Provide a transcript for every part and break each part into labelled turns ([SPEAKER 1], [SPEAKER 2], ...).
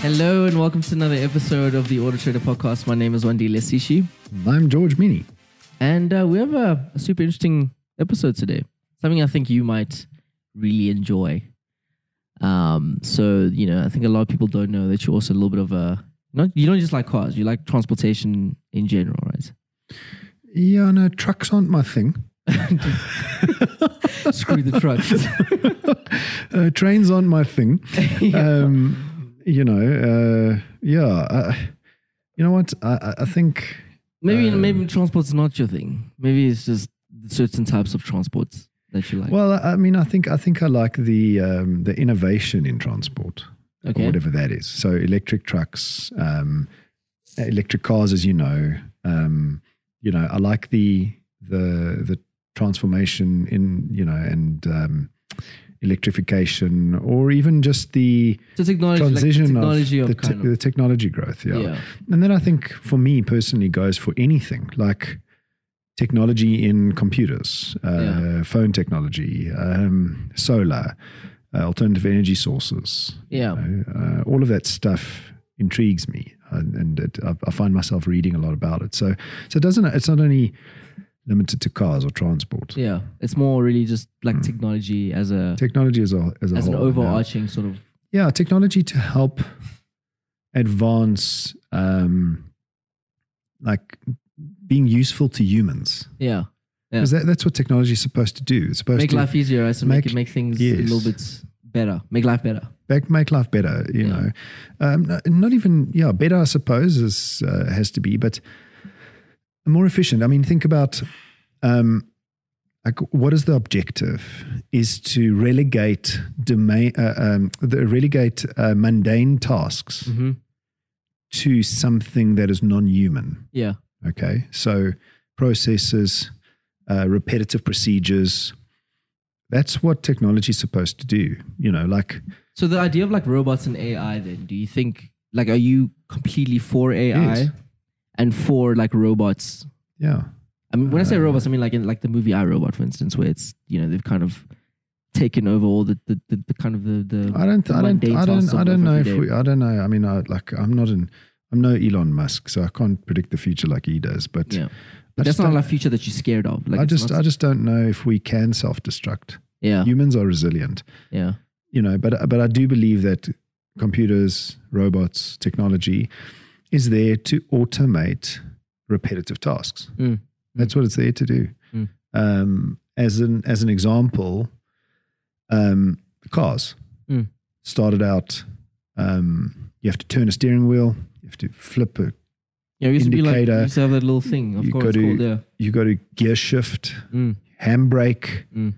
[SPEAKER 1] Hello and welcome to another episode of the Auto Trader Podcast. My name is Wendy Lesishi,
[SPEAKER 2] I'm George Meany.
[SPEAKER 1] and uh, we have a, a super interesting episode today. Something I think you might really enjoy. Um, so you know, I think a lot of people don't know that you're also a little bit of a not you don't just like cars, you like transportation in general, right?
[SPEAKER 2] Yeah, no, trucks aren't my thing.
[SPEAKER 1] Screw the trucks.
[SPEAKER 2] Uh, trains aren't my thing. Um, you know, uh, yeah. Uh, you know what? I, I- I think
[SPEAKER 1] Maybe
[SPEAKER 2] Um,
[SPEAKER 1] maybe transport's not your thing. Maybe it's just certain types of transports that you like.
[SPEAKER 2] Well, I I mean, I think I think I like the um, the innovation in transport, or
[SPEAKER 1] okay.
[SPEAKER 2] whatever that is. So electric trucks, um, electric cars, as you know, um, you know, I like the the the transformation in you know and um, electrification, or even just the
[SPEAKER 1] So technology like
[SPEAKER 2] transition
[SPEAKER 1] technology
[SPEAKER 2] of,
[SPEAKER 1] of,
[SPEAKER 2] the,
[SPEAKER 1] kind
[SPEAKER 2] te-
[SPEAKER 1] of
[SPEAKER 2] the technology growth. yeah.
[SPEAKER 1] yeah.
[SPEAKER 2] And then I think for me personally goes for anything like technology in computers, uh,
[SPEAKER 1] Yeah.
[SPEAKER 2] phone technology, um, solar, uh, alternative energy sources.
[SPEAKER 1] Yeah.
[SPEAKER 2] you know, uh, all of that stuff intrigues me, and, and it, I, I find myself reading a lot about it. So, so it doesn't it's not only limited to cars or transport.
[SPEAKER 1] Yeah, it's more really just like technology as a
[SPEAKER 2] Hmm. Technology as a as, a
[SPEAKER 1] as an
[SPEAKER 2] whole, yeah.
[SPEAKER 1] overarching sort of
[SPEAKER 2] yeah, technology to help advance um, like being useful to humans
[SPEAKER 1] yeah Yeah.
[SPEAKER 2] because that, that's what technology is supposed to do. It's supposed
[SPEAKER 1] make
[SPEAKER 2] to
[SPEAKER 1] life easier, right? So make
[SPEAKER 2] make-
[SPEAKER 1] it make things a
[SPEAKER 2] yes.
[SPEAKER 1] little bit better, make life better.
[SPEAKER 2] make, make life better. You
[SPEAKER 1] Yeah.
[SPEAKER 2] know, um, no- not even yeah, better I suppose is uh, has to be, but more efficient. I mean, think about um, like what is the objective? Is to relegate domain, uh, um, the relegate uh, mundane tasks.
[SPEAKER 1] Mm-hmm.
[SPEAKER 2] to something that is non-human.
[SPEAKER 1] Yeah,
[SPEAKER 2] Okay, so processes, uh, repetitive procedures. That's what technology is supposed to do. You know, like
[SPEAKER 1] So the idea of like robots and AI, then, do you think like are you completely for AI
[SPEAKER 2] Yes.
[SPEAKER 1] and for like robots?
[SPEAKER 2] yeah,
[SPEAKER 1] I mean, when I say
[SPEAKER 2] Uh,
[SPEAKER 1] robots, I mean like in like the movie iRobot, for instance, where it's you know they've kind of taken over all the the, the, the kind of the the
[SPEAKER 2] I don't,
[SPEAKER 1] the
[SPEAKER 2] I don't,
[SPEAKER 1] mundane
[SPEAKER 2] I
[SPEAKER 1] tasks
[SPEAKER 2] don't,
[SPEAKER 1] of-
[SPEAKER 2] I
[SPEAKER 1] of
[SPEAKER 2] don't know if
[SPEAKER 1] every day.
[SPEAKER 2] we, I don't know. I mean, I like, I'm not an, I'm no Elon Musk, so I can't predict the future like he does. But
[SPEAKER 1] yeah.
[SPEAKER 2] I
[SPEAKER 1] But that's
[SPEAKER 2] just
[SPEAKER 1] not
[SPEAKER 2] don't-
[SPEAKER 1] like future that you're scared of. Like
[SPEAKER 2] I
[SPEAKER 1] it's
[SPEAKER 2] just,
[SPEAKER 1] not-
[SPEAKER 2] I just don't know if we can self-destruct.
[SPEAKER 1] yeah,
[SPEAKER 2] Humans are resilient,
[SPEAKER 1] yeah,
[SPEAKER 2] you know. But, but I do believe that computers, robots, technology is there to automate repetitive tasks.
[SPEAKER 1] Mm.
[SPEAKER 2] That's what it's there to do.
[SPEAKER 1] Mm.
[SPEAKER 2] Um, as an as an example, um, cars
[SPEAKER 1] Mm.
[SPEAKER 2] started out. Um, you have to turn a steering wheel. You have to flip a.
[SPEAKER 1] Yeah, it used to be like
[SPEAKER 2] indicator.
[SPEAKER 1] we used to have that little thing. Of
[SPEAKER 2] You
[SPEAKER 1] course,
[SPEAKER 2] got
[SPEAKER 1] it's
[SPEAKER 2] to-
[SPEAKER 1] called, yeah.
[SPEAKER 2] You got to gear shift,
[SPEAKER 1] Mm,
[SPEAKER 2] handbrake.
[SPEAKER 1] Mm.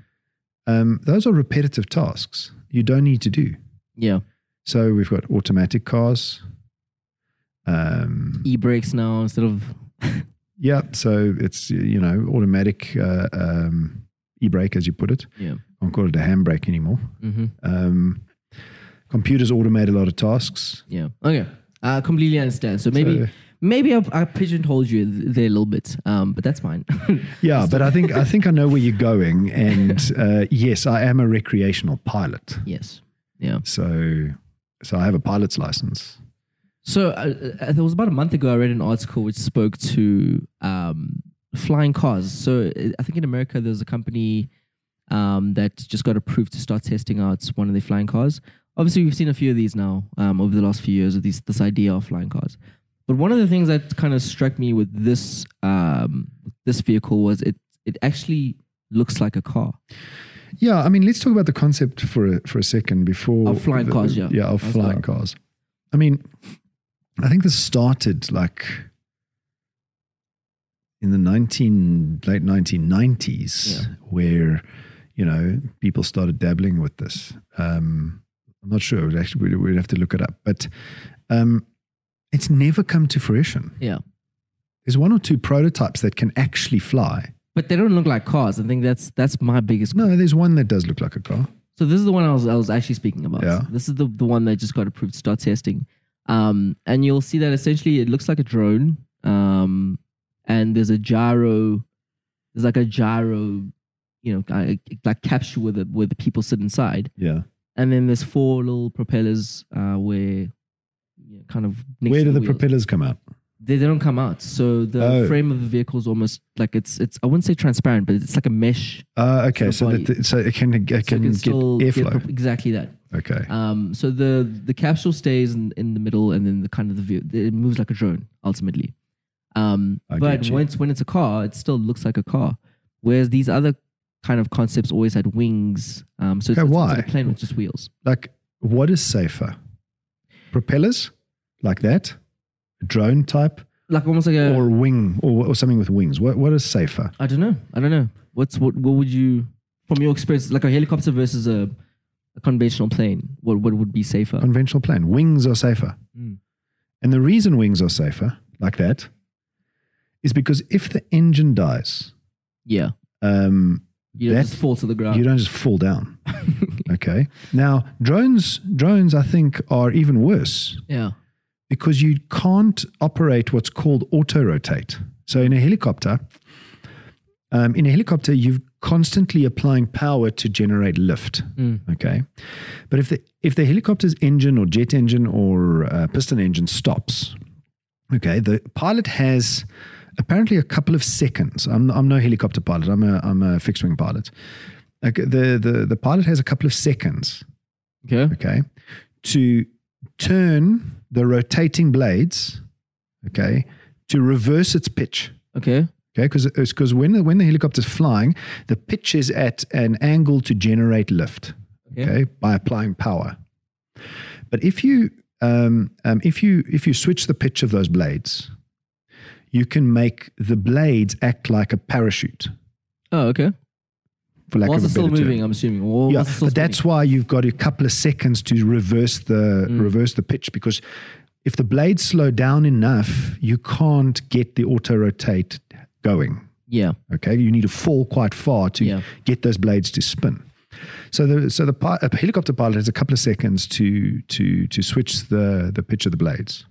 [SPEAKER 2] Um, those are repetitive tasks. You don't need to do.
[SPEAKER 1] yeah,
[SPEAKER 2] So we've got automatic cars. Um,
[SPEAKER 1] e brakes now instead of
[SPEAKER 2] yeah, so it's you know automatic uh, um, e-brake as you put it.
[SPEAKER 1] yeah.
[SPEAKER 2] I don't call it a handbrake anymore.
[SPEAKER 1] Mm-hmm.
[SPEAKER 2] Um, computers automate a lot of tasks.
[SPEAKER 1] Yeah. Okay. I completely understand. So maybe
[SPEAKER 2] So-
[SPEAKER 1] maybe I, I pigeonholed you th- there a little bit, um, but that's fine.
[SPEAKER 2] Yeah, but I think I think I know where you're going. And uh, yes, I am a recreational pilot,
[SPEAKER 1] yes. Yeah.
[SPEAKER 2] so so I have a pilot's license.
[SPEAKER 1] So uh, uh, there was about a month ago I read an article which spoke to um, flying cars. So uh, I think in America there's a company um, that just got approved to start testing out one of their flying cars. Obviously, we've seen a few of these now um, over the last few years of these this idea of flying cars. But one of the things that kind of struck me with this um, this vehicle was it it actually looks like a car.
[SPEAKER 2] Yeah, I mean, let's talk about the concept for a, for a second before
[SPEAKER 1] Of flying
[SPEAKER 2] the-
[SPEAKER 1] cars, yeah.
[SPEAKER 2] yeah, of
[SPEAKER 1] That's
[SPEAKER 2] flying
[SPEAKER 1] right.
[SPEAKER 2] cars. I mean, I think this started like in the nineteen late nineteen nineties,
[SPEAKER 1] Yeah.
[SPEAKER 2] where you know people started dabbling with this. Um, I'm not sure. We'd actually, we'd, we'd have to look it up, but um, it's never come to fruition.
[SPEAKER 1] Yeah.
[SPEAKER 2] There's one or two prototypes that can actually fly.
[SPEAKER 1] But they don't look like cars. I think that's that's my biggest
[SPEAKER 2] No, there's one that does look like a car.
[SPEAKER 1] So this is the one I was I was actually speaking about.
[SPEAKER 2] Yeah.
[SPEAKER 1] This is the, the one that just got approved to start testing. Um, and you'll see that essentially it looks like a drone. Um, and there's a gyro, there's like a gyro, you know, uh, like capsule where the where the people sit inside.
[SPEAKER 2] Yeah.
[SPEAKER 1] And then there's four little propellers uh, where you know, kind of next
[SPEAKER 2] Where
[SPEAKER 1] to
[SPEAKER 2] do the
[SPEAKER 1] wheels.
[SPEAKER 2] propellers come out?
[SPEAKER 1] They, they don't come out, so the
[SPEAKER 2] Oh.
[SPEAKER 1] frame of the vehicle is almost like it's it's. I wouldn't say transparent, but it's like a mesh.
[SPEAKER 2] Uh, okay, so
[SPEAKER 1] Before
[SPEAKER 2] that so it can it can,
[SPEAKER 1] so you
[SPEAKER 2] get
[SPEAKER 1] still
[SPEAKER 2] airflow.
[SPEAKER 1] prop- exactly that.
[SPEAKER 2] okay,
[SPEAKER 1] Um, so the the capsule stays in, in the middle, and then the kind of the view it moves like a drone ultimately. Um,
[SPEAKER 2] I
[SPEAKER 1] but
[SPEAKER 2] get you.
[SPEAKER 1] when it's, when it's a car, it still looks like a car. Whereas these other kind of concepts always had wings. Um, so it's,
[SPEAKER 2] Okay,
[SPEAKER 1] it's- it's like
[SPEAKER 2] why?
[SPEAKER 1] a plane with just wheels.
[SPEAKER 2] like what is safer? Propellers like that, drone type,
[SPEAKER 1] Like almost like a
[SPEAKER 2] or wing, or, or something with wings. What what is safer?
[SPEAKER 1] I don't know. I don't know. What's what? What would you, from your experience, like a helicopter versus a, a conventional plane? What what would be safer?
[SPEAKER 2] Conventional plane. Wings are safer,
[SPEAKER 1] Mm.
[SPEAKER 2] and the reason wings are safer like that is because if the engine dies,
[SPEAKER 1] Yeah,
[SPEAKER 2] um,
[SPEAKER 1] you don't
[SPEAKER 2] That-
[SPEAKER 1] just fall to the
[SPEAKER 2] you
[SPEAKER 1] ground.
[SPEAKER 2] don't just fall down. okay. Now drones, drones, I think are even worse.
[SPEAKER 1] Yeah,
[SPEAKER 2] because you can't operate what's called auto rotate. So in a helicopter, um, in a helicopter, you're constantly applying power to generate lift.
[SPEAKER 1] Mm.
[SPEAKER 2] Okay, but if the if the helicopter's engine or jet engine or uh, piston engine stops, okay, the pilot has apparently a couple of seconds. I'm I'm no helicopter pilot. I'm a I'm a fixed wing pilot. Okay, the the the pilot has a couple of seconds
[SPEAKER 1] okay,
[SPEAKER 2] okay, to turn the rotating blades, okay, to reverse its pitch.
[SPEAKER 1] okay.
[SPEAKER 2] Okay, because when the, when the helicopter's flying, the pitch is at an angle to generate lift.
[SPEAKER 1] Okay.
[SPEAKER 2] Okay, by applying power. But if you um, um, if you if you switch the pitch of those blades, you can make the blades act like a parachute.
[SPEAKER 1] Oh, okay.
[SPEAKER 2] For lack
[SPEAKER 1] Whilst
[SPEAKER 2] of a
[SPEAKER 1] it's still
[SPEAKER 2] better term.
[SPEAKER 1] moving, I'm assuming. Or
[SPEAKER 2] yeah,
[SPEAKER 1] whilst it's still
[SPEAKER 2] but that's why you've got a couple of seconds to reverse the
[SPEAKER 1] Hmm.
[SPEAKER 2] reverse the pitch because if the blades slow down enough, you can't get the auto rotate going.
[SPEAKER 1] spinning.
[SPEAKER 2] Okay, you need to fall quite far to
[SPEAKER 1] Yeah.
[SPEAKER 2] get those blades to spin. So the so the pi- a helicopter pilot has a couple of seconds to to to switch the the pitch of the blades.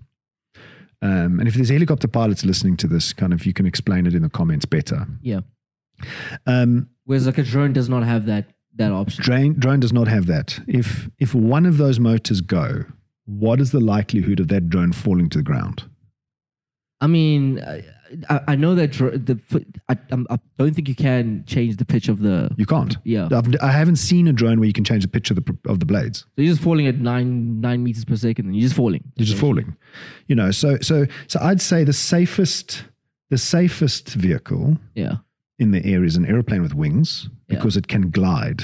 [SPEAKER 2] Um, and if there's helicopter pilots listening to this, kind of you can explain it in the comments better.
[SPEAKER 1] yeah, yeah.
[SPEAKER 2] Um,
[SPEAKER 1] Whereas like a drone does not have that that option.
[SPEAKER 2] Drone, drone does not have that. If if one of those motors go, what is the likelihood of that drone falling to the ground?
[SPEAKER 1] I mean, I, I- I know that dr- the f- I, I'm- I don't think you can change the pitch of the.
[SPEAKER 2] You can't.
[SPEAKER 1] Yeah, so
[SPEAKER 2] I've, I haven't seen a drone where you can change the pitch of the pr- of the blades.
[SPEAKER 1] you're just falling at nine nine meters per second, and you're just falling.
[SPEAKER 2] You're just falling. You know. So so so I'd say the safest the safest vehicle
[SPEAKER 1] Yeah,
[SPEAKER 2] in the air is an airplane with wings
[SPEAKER 1] Yeah.
[SPEAKER 2] because it can glide.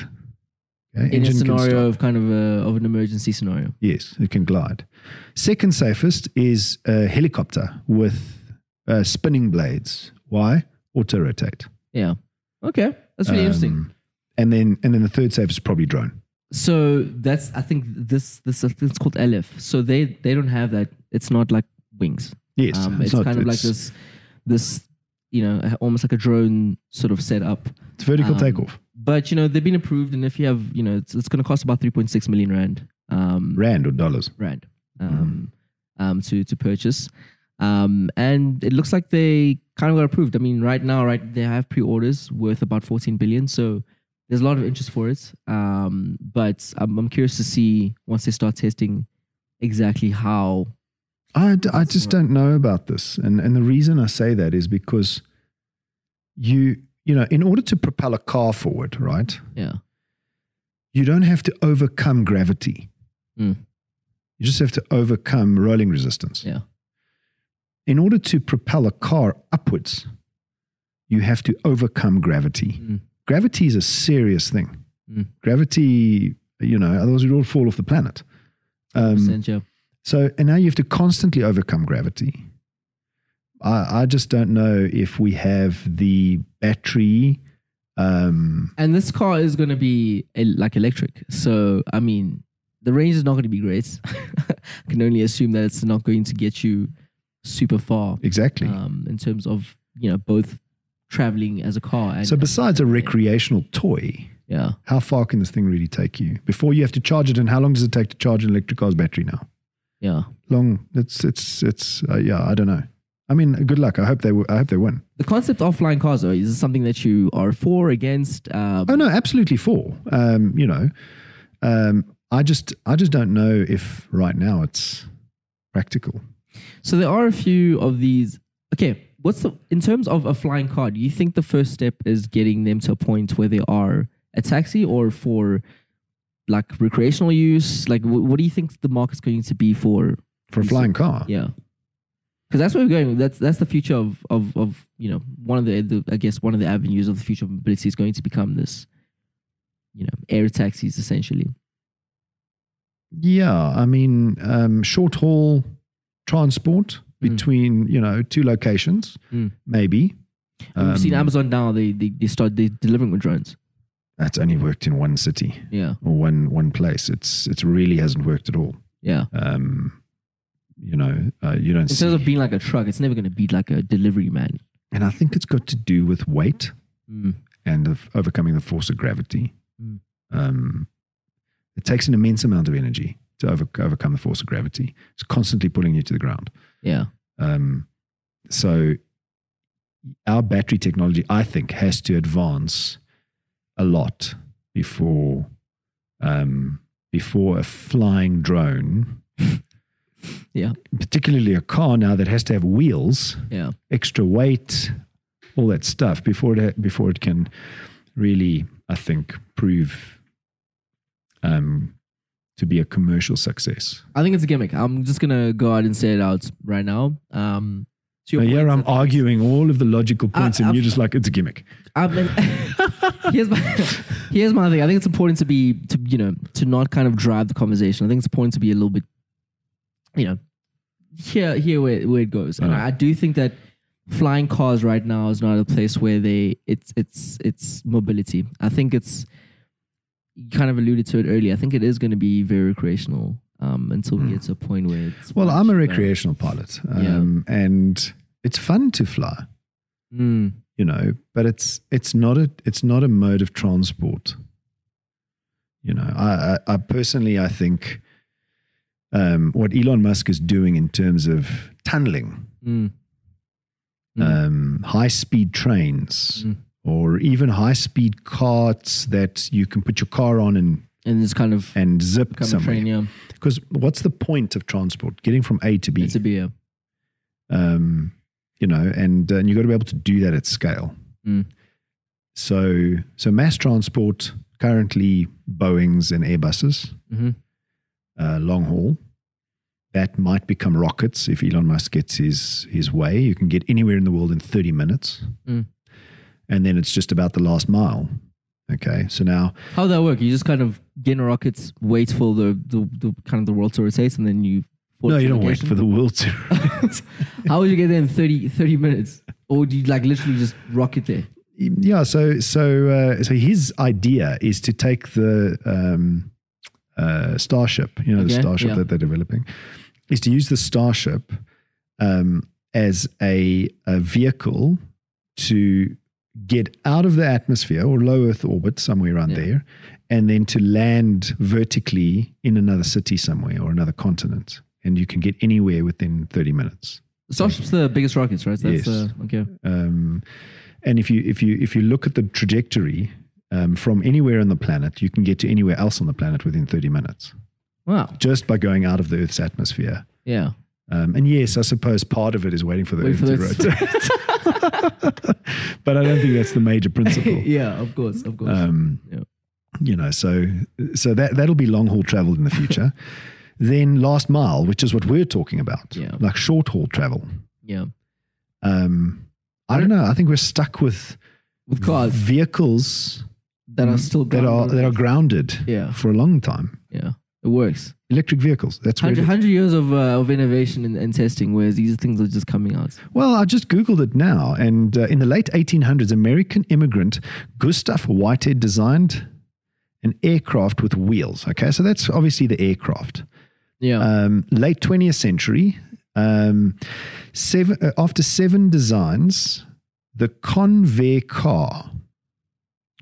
[SPEAKER 2] Okay?
[SPEAKER 1] in a
[SPEAKER 2] Engine can
[SPEAKER 1] scenario of kind of a of an emergency scenario.
[SPEAKER 2] Yes, it can glide. Second safest is a helicopter with uh, spinning blades. Why? Autorotate.
[SPEAKER 1] Yeah. Okay. That's really interesting.
[SPEAKER 2] Um, And then and then the third safest is probably drone.
[SPEAKER 1] So that's I think this this it's called Aleph. So they they don't have that. It's not like wings.
[SPEAKER 2] Yes,
[SPEAKER 1] Um, it's,
[SPEAKER 2] not-
[SPEAKER 1] kind of like this
[SPEAKER 2] it's-
[SPEAKER 1] this you know almost like a drone sort of setup.
[SPEAKER 2] It's vertical
[SPEAKER 1] um,
[SPEAKER 2] takeoff.
[SPEAKER 1] But you know they've been approved, and if you have you know it's, it's going to cost about three point six million rand. Um,
[SPEAKER 2] Rand or dollars.
[SPEAKER 1] rand um, um, to to purchase. Um, and it looks like they kind of got approved. I mean, right now, right, they have pre-orders worth about 14 billion. So there's a lot of interest for it. Um, but I'm, I'm curious to see once they start testing exactly how.
[SPEAKER 2] I, d- I just don't know about this, and and the reason I say that is because you you know in order to propel a car forward, right?
[SPEAKER 1] Yeah.
[SPEAKER 2] You don't have to overcome gravity.
[SPEAKER 1] Mm.
[SPEAKER 2] You just have to overcome rolling resistance.
[SPEAKER 1] Yeah.
[SPEAKER 2] In order to propel a car upwards, you have to overcome gravity.
[SPEAKER 1] Mm.
[SPEAKER 2] Gravity is a serious thing.
[SPEAKER 1] Mm.
[SPEAKER 2] Gravity, you know, otherwise we'd all fall off the planet. Um,
[SPEAKER 1] percent, yeah.
[SPEAKER 2] so, and now you have to constantly overcome gravity. I, I just don't know if we have the battery. Um,
[SPEAKER 1] And this car is going to be el- like electric. So, I mean, the range is not going to be great. I can only assume that it's not going to get you super far.
[SPEAKER 2] exactly.
[SPEAKER 1] um, in terms of you know both traveling as a car and
[SPEAKER 2] so, besides a recreational toy,
[SPEAKER 1] yeah
[SPEAKER 2] how far can this thing really take you before you have to charge it? And how long does it take to charge an electric car's battery now?
[SPEAKER 1] yeah
[SPEAKER 2] long. It's it's it's uh, yeah. I don't know. I mean, good luck. I hope they w- I hope they win.
[SPEAKER 1] the concept of flying cars though is this something that you are for against um,
[SPEAKER 2] Oh no, absolutely for. Um, you know, um, I just I just don't know if right now it's practical.
[SPEAKER 1] So there are a few of these. Okay, what's the in terms of a flying car? Do you think the first step is getting them to a point where they are a taxi or for like recreational use? Like, wh- what do you think the market's going to be for?
[SPEAKER 2] For a
[SPEAKER 1] Yes.
[SPEAKER 2] flying car,
[SPEAKER 1] Yeah, because that's where we're going. That's that's the future of of of you know one of the, the I guess one of the avenues of the future of mobility is going to become this, you know, air taxis essentially.
[SPEAKER 2] Yeah, I mean, um, short haul transport
[SPEAKER 1] Mm.
[SPEAKER 2] between you know two locations,
[SPEAKER 1] Mm.
[SPEAKER 2] maybe.
[SPEAKER 1] And We've seen
[SPEAKER 2] Um,
[SPEAKER 1] Amazon now. They they, they start they delivering with drones.
[SPEAKER 2] That's only worked in one city
[SPEAKER 1] Yeah,
[SPEAKER 2] or one one place. It's it's really hasn't worked at all.
[SPEAKER 1] yeah.
[SPEAKER 2] Um, you know, uh, you don't
[SPEAKER 1] Instead
[SPEAKER 2] see.
[SPEAKER 1] of being like a truck, it's never going to be like a delivery man.
[SPEAKER 2] and I think it's got to do with weight
[SPEAKER 1] Mm.
[SPEAKER 2] and of overcoming the force of gravity.
[SPEAKER 1] Mm.
[SPEAKER 2] Um, it takes an immense amount of energy to over, overcome the force of gravity. It's constantly pulling you to the ground.
[SPEAKER 1] Yeah.
[SPEAKER 2] Um, so our battery technology, I think, has to advance a lot before um, before a flying drone,
[SPEAKER 1] Yeah.
[SPEAKER 2] particularly a car now that has to have wheels,
[SPEAKER 1] Yeah.
[SPEAKER 2] extra weight, all that stuff before it before it can really, I think, prove um, to be a commercial success.
[SPEAKER 1] I think it's a gimmick. I'm just going to go out and say it out right now. Um, to your
[SPEAKER 2] Now, here
[SPEAKER 1] point,
[SPEAKER 2] I'm
[SPEAKER 1] I
[SPEAKER 2] arguing all of the logical
[SPEAKER 1] I-
[SPEAKER 2] points, and
[SPEAKER 1] I've-
[SPEAKER 2] you're just like, it's a gimmick.
[SPEAKER 1] think- I'm- here's, my, here's my thing. I think it's important to be, to you know, to not kind of drive the conversation. I think it's important to be a little bit, you know, here, here where, where it goes. And
[SPEAKER 2] Alright.
[SPEAKER 1] I, I do think that flying cars right now is not a place where they, it's, it's, it's mobility. I think it's, you kind of alluded to it earlier. I think it is going to be very recreational um, until we get to a point where it's.
[SPEAKER 2] Hmm. Well, I'm a
[SPEAKER 1] much, uh,
[SPEAKER 2] recreational pilot, um, and it's fun to fly,
[SPEAKER 1] Mm,
[SPEAKER 2] you know. But it's it's not a it's not a mode of transport. You know, I, I, I personally I think um, what Elon Musk is doing in terms of tunneling,
[SPEAKER 1] mm, Mm.
[SPEAKER 2] um, high speed trains,
[SPEAKER 1] Mm.
[SPEAKER 2] or even high speed carts that you can put your car on and
[SPEAKER 1] and it's kind of
[SPEAKER 2] and zip
[SPEAKER 1] become a train.
[SPEAKER 2] somewhere.
[SPEAKER 1] Yeah,
[SPEAKER 2] Because what's the point of transport? Getting from A to B.
[SPEAKER 1] it's a beer.
[SPEAKER 2] um, you know, and, uh, and you've got to be able to do that at scale.
[SPEAKER 1] Mm.
[SPEAKER 2] So, so mass transport currently Boeing's and Airbuses,
[SPEAKER 1] Mm-hmm.
[SPEAKER 2] uh, long haul. That might become rockets if Elon Musk gets his his way. You can get anywhere in the world in thirty minutes,
[SPEAKER 1] Mm.
[SPEAKER 2] and then it's just about the last mile. Okay, so now
[SPEAKER 1] How would that work? You just kind of get in a rocket, wait for the, the, the kind of the world to rotate, and then you. forward
[SPEAKER 2] no, you don't wait
[SPEAKER 1] navigation?
[SPEAKER 2] for the world to.
[SPEAKER 1] How would you get there in 30, 30 minutes? Or do you like literally just rocket there?
[SPEAKER 2] yeah so so uh, so his idea is to take the um, uh, starship you know
[SPEAKER 1] Okay,
[SPEAKER 2] the starship
[SPEAKER 1] yeah.
[SPEAKER 2] that they're developing is to use the starship um, as a, a vehicle to get out of the atmosphere or low earth orbit somewhere around
[SPEAKER 1] Yeah.
[SPEAKER 2] there and then to land vertically in another city somewhere or another continent and you can get anywhere within 30 minutes
[SPEAKER 1] Starship's the biggest rockets, right? So that's
[SPEAKER 2] Yes.
[SPEAKER 1] uh, okay.
[SPEAKER 2] um, and if you if you if you look at the trajectory um, from anywhere on the planet, you can get to anywhere else on the planet within 30 minutes
[SPEAKER 1] Wow.
[SPEAKER 2] just by going out of the Earth's atmosphere.
[SPEAKER 1] Yeah.
[SPEAKER 2] Um, and yes, I suppose part of it is waiting for the
[SPEAKER 1] Wait
[SPEAKER 2] Earth
[SPEAKER 1] for
[SPEAKER 2] to
[SPEAKER 1] this-
[SPEAKER 2] rotate, but I don't think that's the major principle.
[SPEAKER 1] yeah, of course, of course.
[SPEAKER 2] Um,
[SPEAKER 1] Yeah.
[SPEAKER 2] You know, so so that that'll be long haul travel in the future. then last mile, which is what we're talking about,
[SPEAKER 1] Yeah.
[SPEAKER 2] like short haul travel.
[SPEAKER 1] yeah.
[SPEAKER 2] Um, I don't know. I think we're stuck with
[SPEAKER 1] With cars
[SPEAKER 2] vehicles
[SPEAKER 1] that are still
[SPEAKER 2] Mm-hmm. that are that are grounded
[SPEAKER 1] Yeah.
[SPEAKER 2] for a long time.
[SPEAKER 1] Yeah, it works.
[SPEAKER 2] Electric vehicles. That's where. it
[SPEAKER 1] 100,
[SPEAKER 2] is.
[SPEAKER 1] 100 years of, uh, of innovation and, and testing, whereas these things are just coming out.
[SPEAKER 2] Well, I just googled it now, and uh, in the late 1800s, American immigrant Gustav Whitehead designed an aircraft with wheels. Okay, so that's obviously the aircraft.
[SPEAKER 1] Yeah.
[SPEAKER 2] Um, late 20th century, um, seven, uh, after seven designs, the Convair car.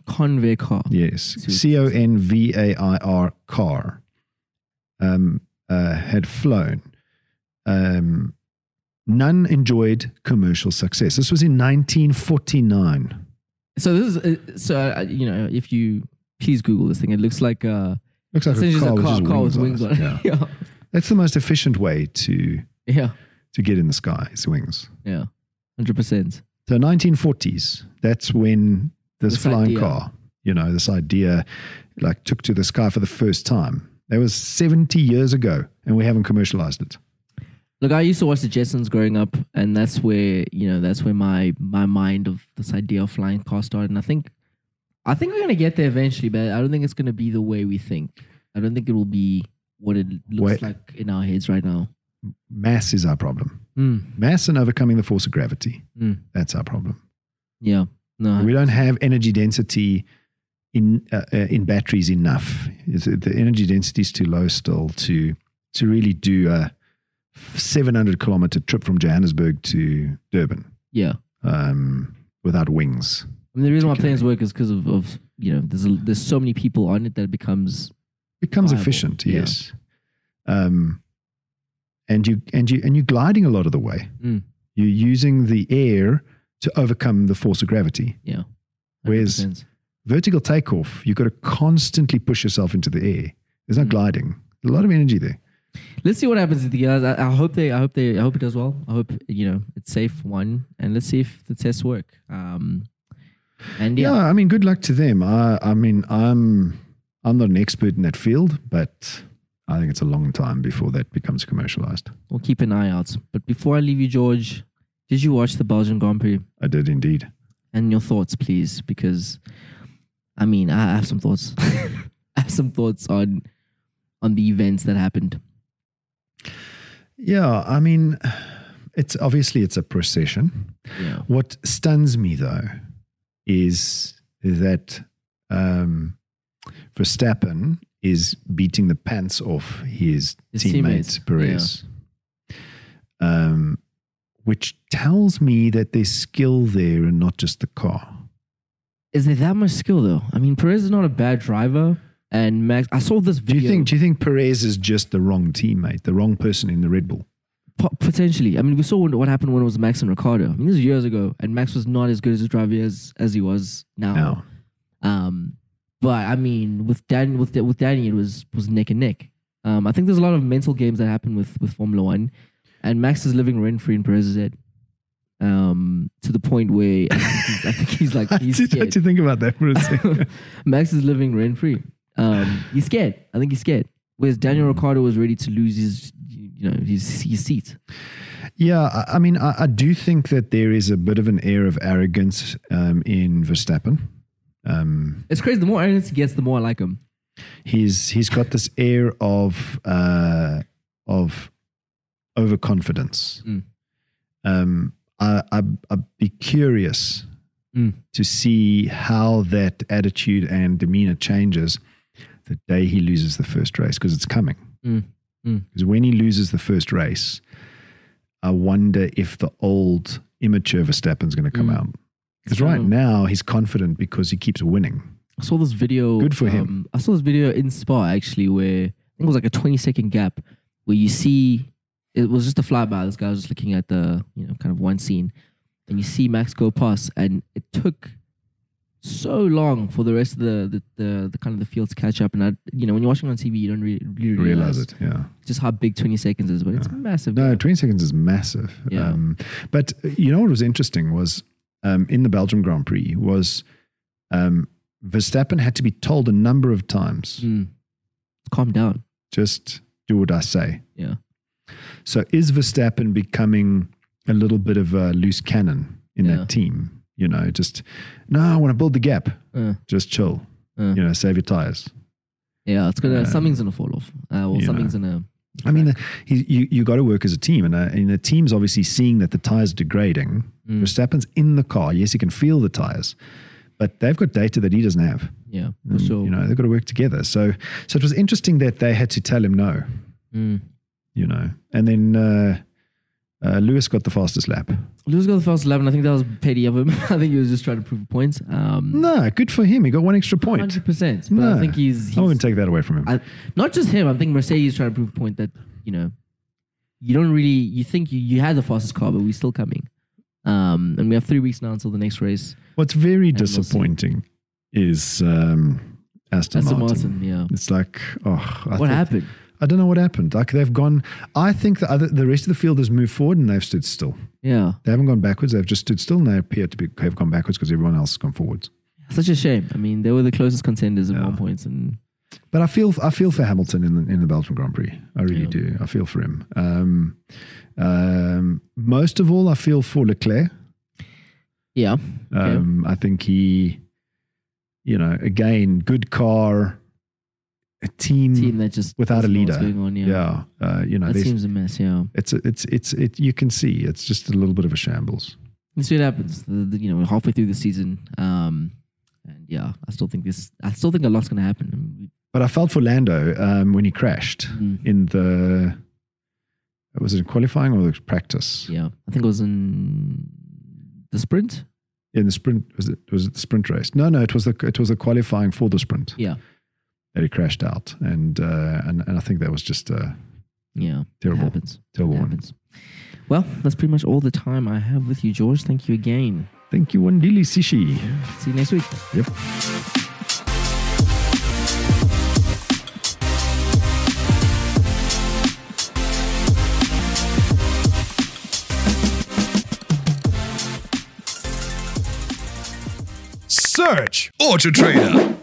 [SPEAKER 1] Convair car.
[SPEAKER 2] Yes,
[SPEAKER 1] Two
[SPEAKER 2] C O N V A I R car um, uh, had flown. Um, none enjoyed commercial success. This was in 1949.
[SPEAKER 1] So this is, uh, so, uh, you know, if you please Google this thing, it looks like, uh,
[SPEAKER 2] Looks like
[SPEAKER 1] essentially
[SPEAKER 2] a
[SPEAKER 1] just
[SPEAKER 2] car,
[SPEAKER 1] a car,
[SPEAKER 2] with, just
[SPEAKER 1] car with wings on it.
[SPEAKER 2] Yeah.
[SPEAKER 1] yeah.
[SPEAKER 2] That's the most efficient way to
[SPEAKER 1] Yeah.
[SPEAKER 2] to get in the sky is wings.
[SPEAKER 1] Yeah. 100%.
[SPEAKER 2] So 1940s, that's when this,
[SPEAKER 1] This
[SPEAKER 2] flying
[SPEAKER 1] idea.
[SPEAKER 2] car, you know, this idea like took to the sky for the first time. That was 70 years ago and we haven't commercialized it.
[SPEAKER 1] Look, I used to watch the Jetsons growing up, and that's where you know that's where my my mind of this idea of flying car started. And I think, I think we're gonna get there eventually, but I don't think it's gonna be the way we think. I don't think it will be what it looks
[SPEAKER 2] Wait.
[SPEAKER 1] like in our heads right now.
[SPEAKER 2] Mass is our problem.
[SPEAKER 1] Mm,
[SPEAKER 2] Mass and overcoming the force of gravity.
[SPEAKER 1] mm,
[SPEAKER 2] That's our problem.
[SPEAKER 1] yeah, no,
[SPEAKER 2] We don't have energy density in uh, uh, in batteries enough. Is it- The energy density is too low still to to really do a 700 kilometer trip from Johannesburg to Durban
[SPEAKER 1] yeah.
[SPEAKER 2] um, without wings.
[SPEAKER 1] I mean, the reason why
[SPEAKER 2] Particularly.
[SPEAKER 1] planes work is because of, of you know there's a, there's so many people on it that it becomes
[SPEAKER 2] Becomes
[SPEAKER 1] Viable,
[SPEAKER 2] efficient,
[SPEAKER 1] yeah.
[SPEAKER 2] yes. Um, and you and you and you're gliding a lot of the way.
[SPEAKER 1] Mm.
[SPEAKER 2] You're using the air to overcome the force of gravity.
[SPEAKER 1] yeah.
[SPEAKER 2] Whereas-
[SPEAKER 1] 100%.
[SPEAKER 2] Vertical takeoff, you've got to constantly push yourself into the air. There's no
[SPEAKER 1] Mm.
[SPEAKER 2] gliding. A lot of energy there.
[SPEAKER 1] let's see what happens to the guys. I, I hope they. I hope they. I hope it does well. I hope you know it's safe one, and let's see if the tests work. Um, and
[SPEAKER 2] Yeah,
[SPEAKER 1] yeah,
[SPEAKER 2] I mean, good luck to them. I, I mean, I'm, I'm not an expert in that field, but I think it's a long time before that becomes commercialized.
[SPEAKER 1] we'll keep an eye out. But before I leave you, George, did you watch the Belgian Grand Prix?
[SPEAKER 2] I did indeed.
[SPEAKER 1] And your thoughts, please, because I mean, I have some thoughts. I have some thoughts on on the events that happened.
[SPEAKER 2] Yeah, I mean, it's obviously it's a procession.
[SPEAKER 1] Yeah,
[SPEAKER 2] What stuns me though is that um, Verstappen is beating the pants off his,
[SPEAKER 1] His
[SPEAKER 2] teammate
[SPEAKER 1] teammates,
[SPEAKER 2] Perez, um, which tells me that there's skill there and not just the car.
[SPEAKER 1] is there that much skill though? I mean, Perez is not a bad driver, and Max. I saw this
[SPEAKER 2] Do
[SPEAKER 1] video.
[SPEAKER 2] you think? Do you think Perez is just the wrong teammate, the wrong person in the Red Bull?
[SPEAKER 1] Po- potentially. I mean, we saw when, what happened when it was Max and Ricardo. I mean, this was years ago, and Max was not as good as a driver as, as he was now.
[SPEAKER 2] Now,
[SPEAKER 1] Um, but I mean, with Dan, with with Danny, it was was neck and neck. Um, I think there's a lot of mental games that happen with with Formula One, and Max is living rent free in Perez's head. Um, to the point where I think he's, I think he's like
[SPEAKER 2] I
[SPEAKER 1] he's
[SPEAKER 2] did, I
[SPEAKER 1] scared.
[SPEAKER 2] did think about that for a second.
[SPEAKER 1] Max is living rent free. Um, he's scared. I think he's scared. Whereas Daniel Ricciardo was ready to lose his, you know, his his seat.
[SPEAKER 2] yeah, I, I mean, I, I do think that there is a bit of an air of arrogance um, in Verstappen. Um,
[SPEAKER 1] It's crazy. The more arrogance he gets, the more I like him.
[SPEAKER 2] he's he's got this air of uh, of overconfidence.
[SPEAKER 1] Mm.
[SPEAKER 2] Um, I, I I'd be curious
[SPEAKER 1] Mm.
[SPEAKER 2] to see how that attitude and demeanor changes the day he loses the first race because it's coming.
[SPEAKER 1] Mm. Mm.
[SPEAKER 2] Because when he loses the first race, I wonder if the old immature Verstappen's going to come
[SPEAKER 1] Mm.
[SPEAKER 2] out. Because right
[SPEAKER 1] Mm.
[SPEAKER 2] now he's confident because he keeps winning.
[SPEAKER 1] I saw this video.
[SPEAKER 2] Good for him.
[SPEAKER 1] um, I saw this video in Spa actually, where I think it was like a 20 second gap where you see it was just a flyby. This guy was just looking at the you know kind of one scene, and you see Max go past, and it took so long for the rest of the the, the, the kind of the field to catch up. And I, you know, when you're watching on TV, you don't really, really realize,
[SPEAKER 2] Realize it, yeah.
[SPEAKER 1] just how big 20 seconds is, but it's massive.
[SPEAKER 2] No, 20 seconds is massive.
[SPEAKER 1] Yeah.
[SPEAKER 2] Um, but you know what was interesting was um, in the Belgium Grand Prix was um, Verstappen had to be told a number of times
[SPEAKER 1] Mm. Calm down.
[SPEAKER 2] just do what I say.
[SPEAKER 1] Yeah.
[SPEAKER 2] So is Verstappen becoming a little bit of a loose cannon in
[SPEAKER 1] Yeah.
[SPEAKER 2] that team? You know, just no, I want to build the gap.
[SPEAKER 1] Uh,
[SPEAKER 2] Just chill.
[SPEAKER 1] Uh.
[SPEAKER 2] You know, save your tires.
[SPEAKER 1] yeah, it's gonna
[SPEAKER 2] Um,
[SPEAKER 1] something's gonna fall off. Uh, well,
[SPEAKER 2] you
[SPEAKER 1] something's gonna.
[SPEAKER 2] I mean, the, he, you you got to work as a team, and, uh, and the team's obviously seeing that the tires are degrading.
[SPEAKER 1] Mm.
[SPEAKER 2] Verstappen's in the car. Yes, he can feel the tires, but they've got data that he doesn't have.
[SPEAKER 1] Yeah, for
[SPEAKER 2] And,
[SPEAKER 1] sure.
[SPEAKER 2] mm, You know, they've got to work together. So, so it was interesting that they had to tell him no.
[SPEAKER 1] Mm.
[SPEAKER 2] You know, and then uh, uh, Lewis got the fastest lap.
[SPEAKER 1] Lewis got the first 11. I think that was petty of him. I think he was just trying to prove a point. Um,
[SPEAKER 2] No, good for him. He got one extra point.
[SPEAKER 1] 100%. But I
[SPEAKER 2] No.
[SPEAKER 1] think he's, he's
[SPEAKER 2] I wouldn't take that away from him.
[SPEAKER 1] I, not just him. I think Mercedes trying to prove a point that, you know, you don't really, you think you, you had the fastest car, but we're still coming. Um, and we have three weeks now until the next race.
[SPEAKER 2] What's very
[SPEAKER 1] we'll see.
[SPEAKER 2] disappointing is um, Aston,
[SPEAKER 1] Aston
[SPEAKER 2] Martin.
[SPEAKER 1] Martin, yeah.
[SPEAKER 2] It's like, oh, I
[SPEAKER 1] what
[SPEAKER 2] thought,
[SPEAKER 1] happened?
[SPEAKER 2] I I don't know what happened. Like they've gone. I think the other, the rest of the field has moved forward and they've stood still.
[SPEAKER 1] Yeah.
[SPEAKER 2] They haven't gone backwards. They've just stood still and they appear to be have gone backwards because everyone else has gone forwards.
[SPEAKER 1] Such a shame. I mean, they were the closest contenders at
[SPEAKER 2] Yeah.
[SPEAKER 1] one point, and
[SPEAKER 2] But I feel I feel for Hamilton in the in the Belgian Grand Prix. I really
[SPEAKER 1] Yeah.
[SPEAKER 2] do. I feel for him. Um, um, most of all, I feel for Leclerc.
[SPEAKER 1] yeah, Okay.
[SPEAKER 2] Um, I think he, you know, again, good car, a team,
[SPEAKER 1] team that just
[SPEAKER 2] Mm. Without a
[SPEAKER 1] doesn't know what's
[SPEAKER 2] leader.
[SPEAKER 1] Going on, yeah.
[SPEAKER 2] yeah, uh, you know,
[SPEAKER 1] that
[SPEAKER 2] there's-
[SPEAKER 1] seems a mess. Yeah,
[SPEAKER 2] it's a, it's it's it. You can see it's just a little bit of a shambles.
[SPEAKER 1] let's see what happens. The, the- you know, halfway through the season, um, and yeah, I still think this. I still think a lot's going to happen. I mean,
[SPEAKER 2] But I felt for Lando um, when he crashed
[SPEAKER 1] Mm.
[SPEAKER 2] in the was it qualifying or the practice
[SPEAKER 1] yeah, I think it was in the sprint.
[SPEAKER 2] in the sprint? Was it was it the sprint race? No, no, it was the it was the qualifying for the sprint
[SPEAKER 1] Yeah,
[SPEAKER 2] that he crashed out, and uh, and and I think that was just a
[SPEAKER 1] yeah,
[SPEAKER 2] terrible
[SPEAKER 1] happens.
[SPEAKER 2] terrible one.
[SPEAKER 1] happens. Well, that's pretty much all the time I have with you, George. Thank you again.
[SPEAKER 2] Thank you, Wandili Sishi.
[SPEAKER 1] See you next week.
[SPEAKER 2] Yep.
[SPEAKER 3] Search Auto Trader.